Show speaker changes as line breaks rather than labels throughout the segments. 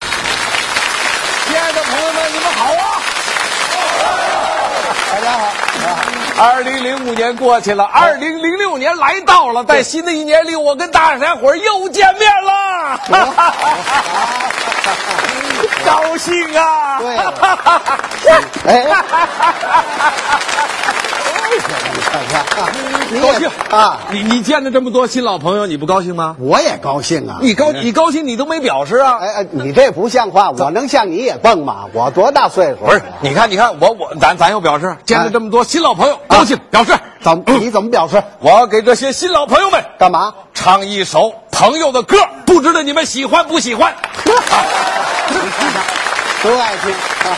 啊二零零五年过去了，二零零六年来到了，在新的一年里，我跟大家伙儿又见面了，高兴啊！
对哎，你
高兴
啊！
你你见着这么多新老朋友，你不高兴吗？嗯
我也高兴啊！
你高你高兴，你都没表示啊？
哎哎，你这不像话！我能像你也蹦吗？我多大岁数？
不是，你看你看我我咱咱又表示，见着这么多新老朋友，高兴表示。嗯
怎么你怎么表示？
我要给这些新老朋友们
干嘛？
唱一首朋友的歌，不知道你们喜欢不喜欢？
都爱听。啊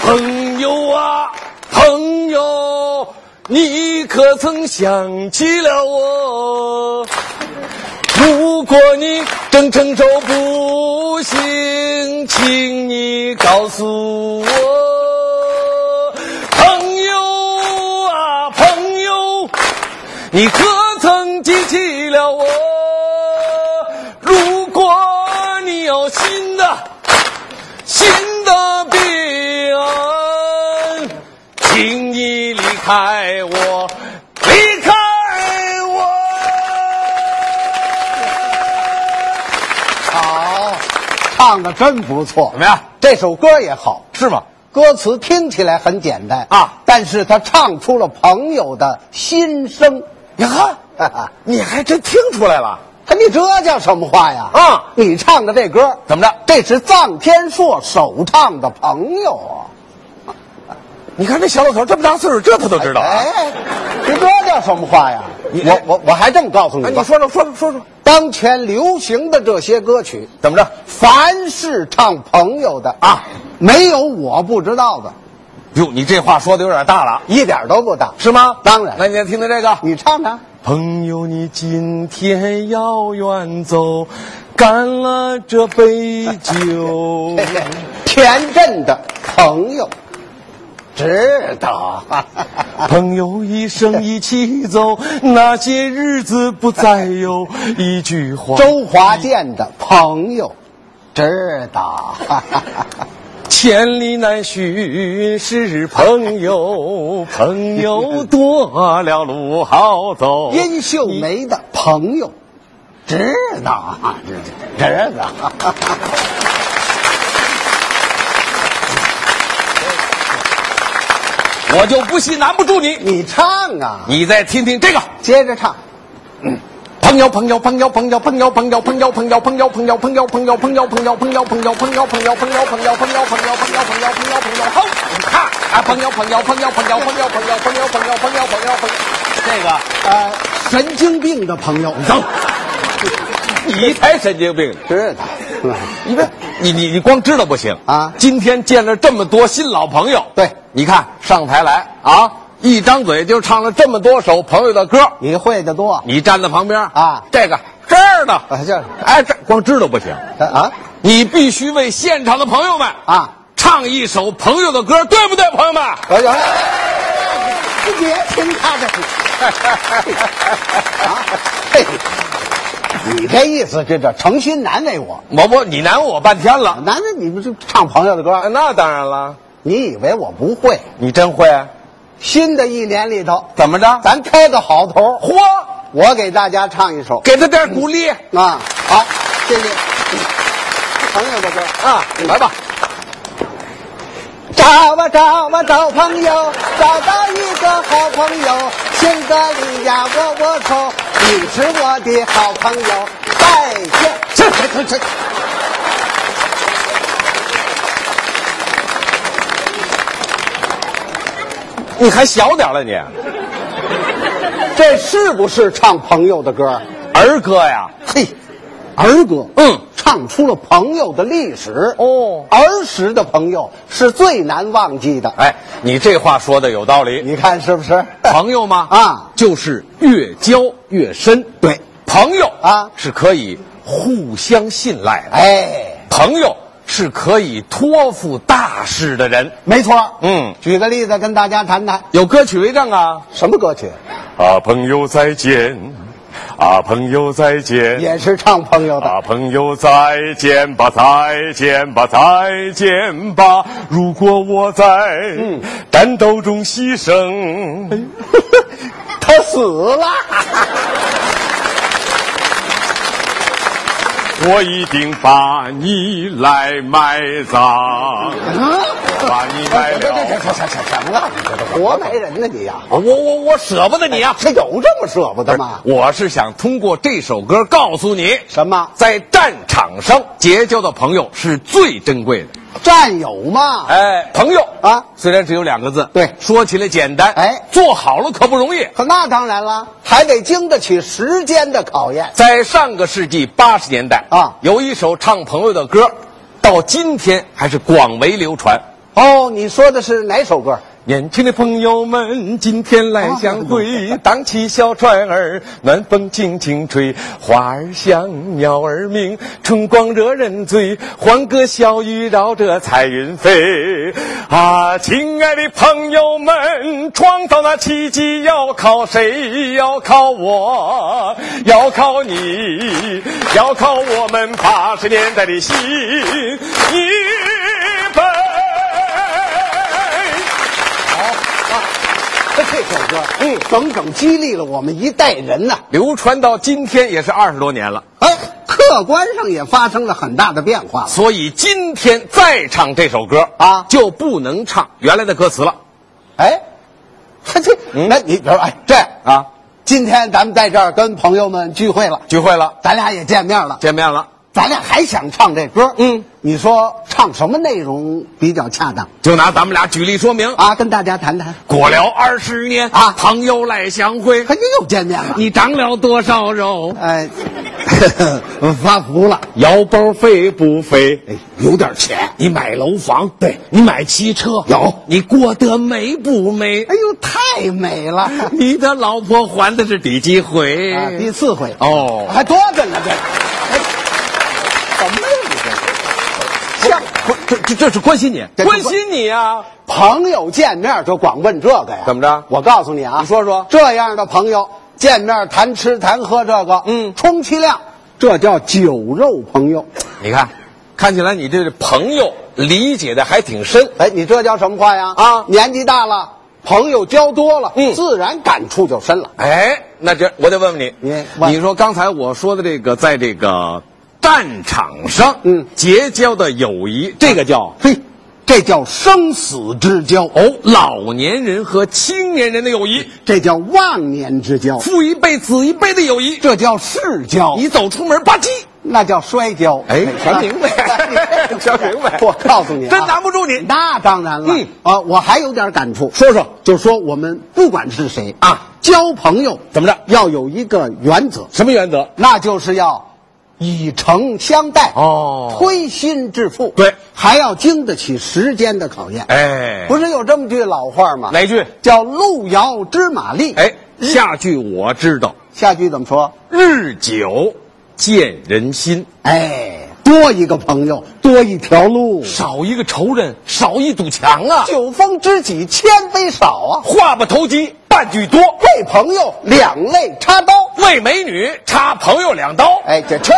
朋友啊，朋友，你可曾想起了我？如果你真承受不行，请你告诉我，朋友啊，朋友，你可曾记起了我？如果你有新的新的病案，请你离开我，离开我。
好，唱的真不错。
怎么样？
这首歌也好，
是吗？
歌词听起来很简单
啊
但是他唱出了朋友的心声。
你看，
哈哈，
你还真听出来了。
你这叫什么话呀？
啊
你唱的这歌
怎么着
这是臧天朔首唱的朋友啊。
你看这小老头这么大岁数，这他都知道啊。
哎，这这叫什么话呀？
你
我我我还这么告诉你
哎，
吧，
你说说说说说，
当前流行的这些歌曲，
怎么着？
凡是唱朋友的
啊，
没有我不知道的，
哟，你这话说的有点大了，
一点都不大。
是吗？
当然
那你再听听这个。
你唱啊唱，
朋友，你今天要远走，干了这杯 酒。
嘿嘿田震的朋友，知道。啊
朋友一生一起走，那些日子不再有。一句话，
周华健的朋友，知道。啊
千里难寻是朋友，朋友多了路好走。
殷秀梅的朋友，知道。啊知道。
我就不信难不住你。
你唱啊，
你再听听这个。
接着唱。
朋友，朋友，朋友，朋友，朋友，朋友，朋友，朋友，朋友，朋友，朋友，朋友，朋友，朋友，朋友，朋友，朋友，朋友，朋友，朋友，朋友，朋友，朋友，朋友，朋友，朋友，吼！哈啊，朋友，朋友，朋友，朋友，朋友，朋友，朋友，朋友，朋友，朋友，朋友，这个。
呃，神经病的朋友，
走，你才神经病！
知道。
你别，你你你光知道不行
啊
今天见了这么多新老朋友，
对
你看上台来啊，一张嘴就唱了这么多首朋友的歌，
你会的多
你站在旁边
啊
这个这儿呢，
啊这儿
哎，这光知道不行，
啊
你必须为现场的朋友们
啊！
唱一首朋友的歌，对不对，朋友们？
我有，别听他的。 啊，嘿，你这意思这叫诚心难为我，
我不，你难为我半天了。
难为你不是唱朋友的
啊
歌？
那当然了，
你以为我不会？
你真会？啊
新的一年里头，
怎么着？
咱开个好头，
嚯，
我给大家唱一首
给他点鼓励。
啊，好，谢谢朋友的歌。
啊，来吧，
找啊找啊找朋友，找到一个好朋友，性格里呀窝窝头，你是我的好朋友，再见。
这这这这，你还小点了你，
这是不是唱朋友的歌？
儿歌呀？
嘿，儿歌，
嗯，
唱出了朋友的历史。
哦
儿时的朋友是最难忘记的。
哎，你这话说的有道理。
你看是不是？
朋友嘛，
啊
就是越交越深。
对，
朋友
啊
是可以互相信赖的，
哎，
朋友是可以托付大事的人。
没错。
嗯
举个例子跟大家谈谈，
有歌曲为证啊。
什么歌曲？
啊，朋友再见，啊，朋友再见。
也是唱朋友的。
啊，朋友再见吧，再见吧，再见吧！如果我在战斗中牺牲，
他死了，
我一定把你来埋葬，把你埋
这这这
了。
这这什么了？活埋人呢你呀、
我我我舍不得你啊！
这有这么舍不得吗？
我是想通过这首歌告诉你，
什么
在战场上结交的朋友是最珍贵的。
战友嘛？
哎，朋友
啊
虽然只有两个字，
对
说起来简单，
哎
做好了可不容易。
可那当然了，还得经得起时间的考验。
在上个世纪八十年代
啊
有一首唱朋友的歌，到今天还是广为流传。
哦，你说的是哪首歌？
年轻的朋友们，今天来相会，荡起小船儿，暖风轻轻吹，花儿香，鸟儿鸣，春光惹人醉，欢歌笑语绕着彩云飞。啊，亲爱的朋友们，创造那奇迹要靠谁？要靠我，要靠你，要靠我们八十年代的新一辈。
这首歌，嗯，整整激励了我们一代人呐、
流传到今天也是二十多年了，
哎，客观上也发生了很大的变化了。
所以今天再唱这首歌
啊
就不能唱原来的歌词了。
哎，这这，
嗯
那你比如哎这
啊，
今天咱们在这儿跟朋友们聚会了，
聚会了，
咱俩也见面了，
见面了，
咱俩还想唱这歌，
嗯，
你说唱什么内容比较恰当
就拿咱们俩举例说明。
啊？跟大家谈谈。
过了二十年
啊
朋友来相会，
可你又见面了，
你长了多少肉？
哎， 发福了，
腰包肥不肥？
哎，有点钱，
你买楼房，对你买汽车
有
你过得美不美？
哎呦，太美了，啊，
你的老婆还的是第几回？
第四回
嗯哦
还多着呢，这个，哎怎么了你这是？像
不这这这是关心你，
这
关心你啊！
朋友见面就光问这个呀？
怎么着
我告诉你啊，
你说说
这样的朋友见面谈吃谈喝这个，
嗯
充其量这叫酒肉朋友。
你看，看起来你对这朋友理解的还挺深。
哎，你这叫什么话呀？
啊
年纪大了，朋友交多了，
嗯
自然感触就深了。
哎，那这我得问问你，
你问
你说刚才我说的这个，在这个战场上，
嗯
结交的友谊，这个叫
嘿，这叫生死之交，
哦，老年人和青年人的友谊，
这叫忘年之交，
父一辈子一辈的友谊。
这叫世交，
你走出门吧唧，
那叫摔跤。
哦哎全明 白 全明白
我告诉你啊，
真难不住 你
那当然了，
嗯
啊，我还有点感触，
说说
就说我们不管是谁
啊，
交朋友
怎么着
要有一个原则，
什么原则？
那就是要以诚相待，
哦
推心置腹，
对，
还要经得起时间的考验。
哎，
不是有这么句老话吗？
哪句？
叫“路遥知马力”。
哎，下句我知道，
下句怎么说？
日久见人心，
哎，多一个朋友，多一条路。
少一个仇人，少一堵墙啊。
酒逢知己千杯少啊，
话不投机半句多，
为朋友两肋插刀。
为美女插朋友两刀。
哎，这这，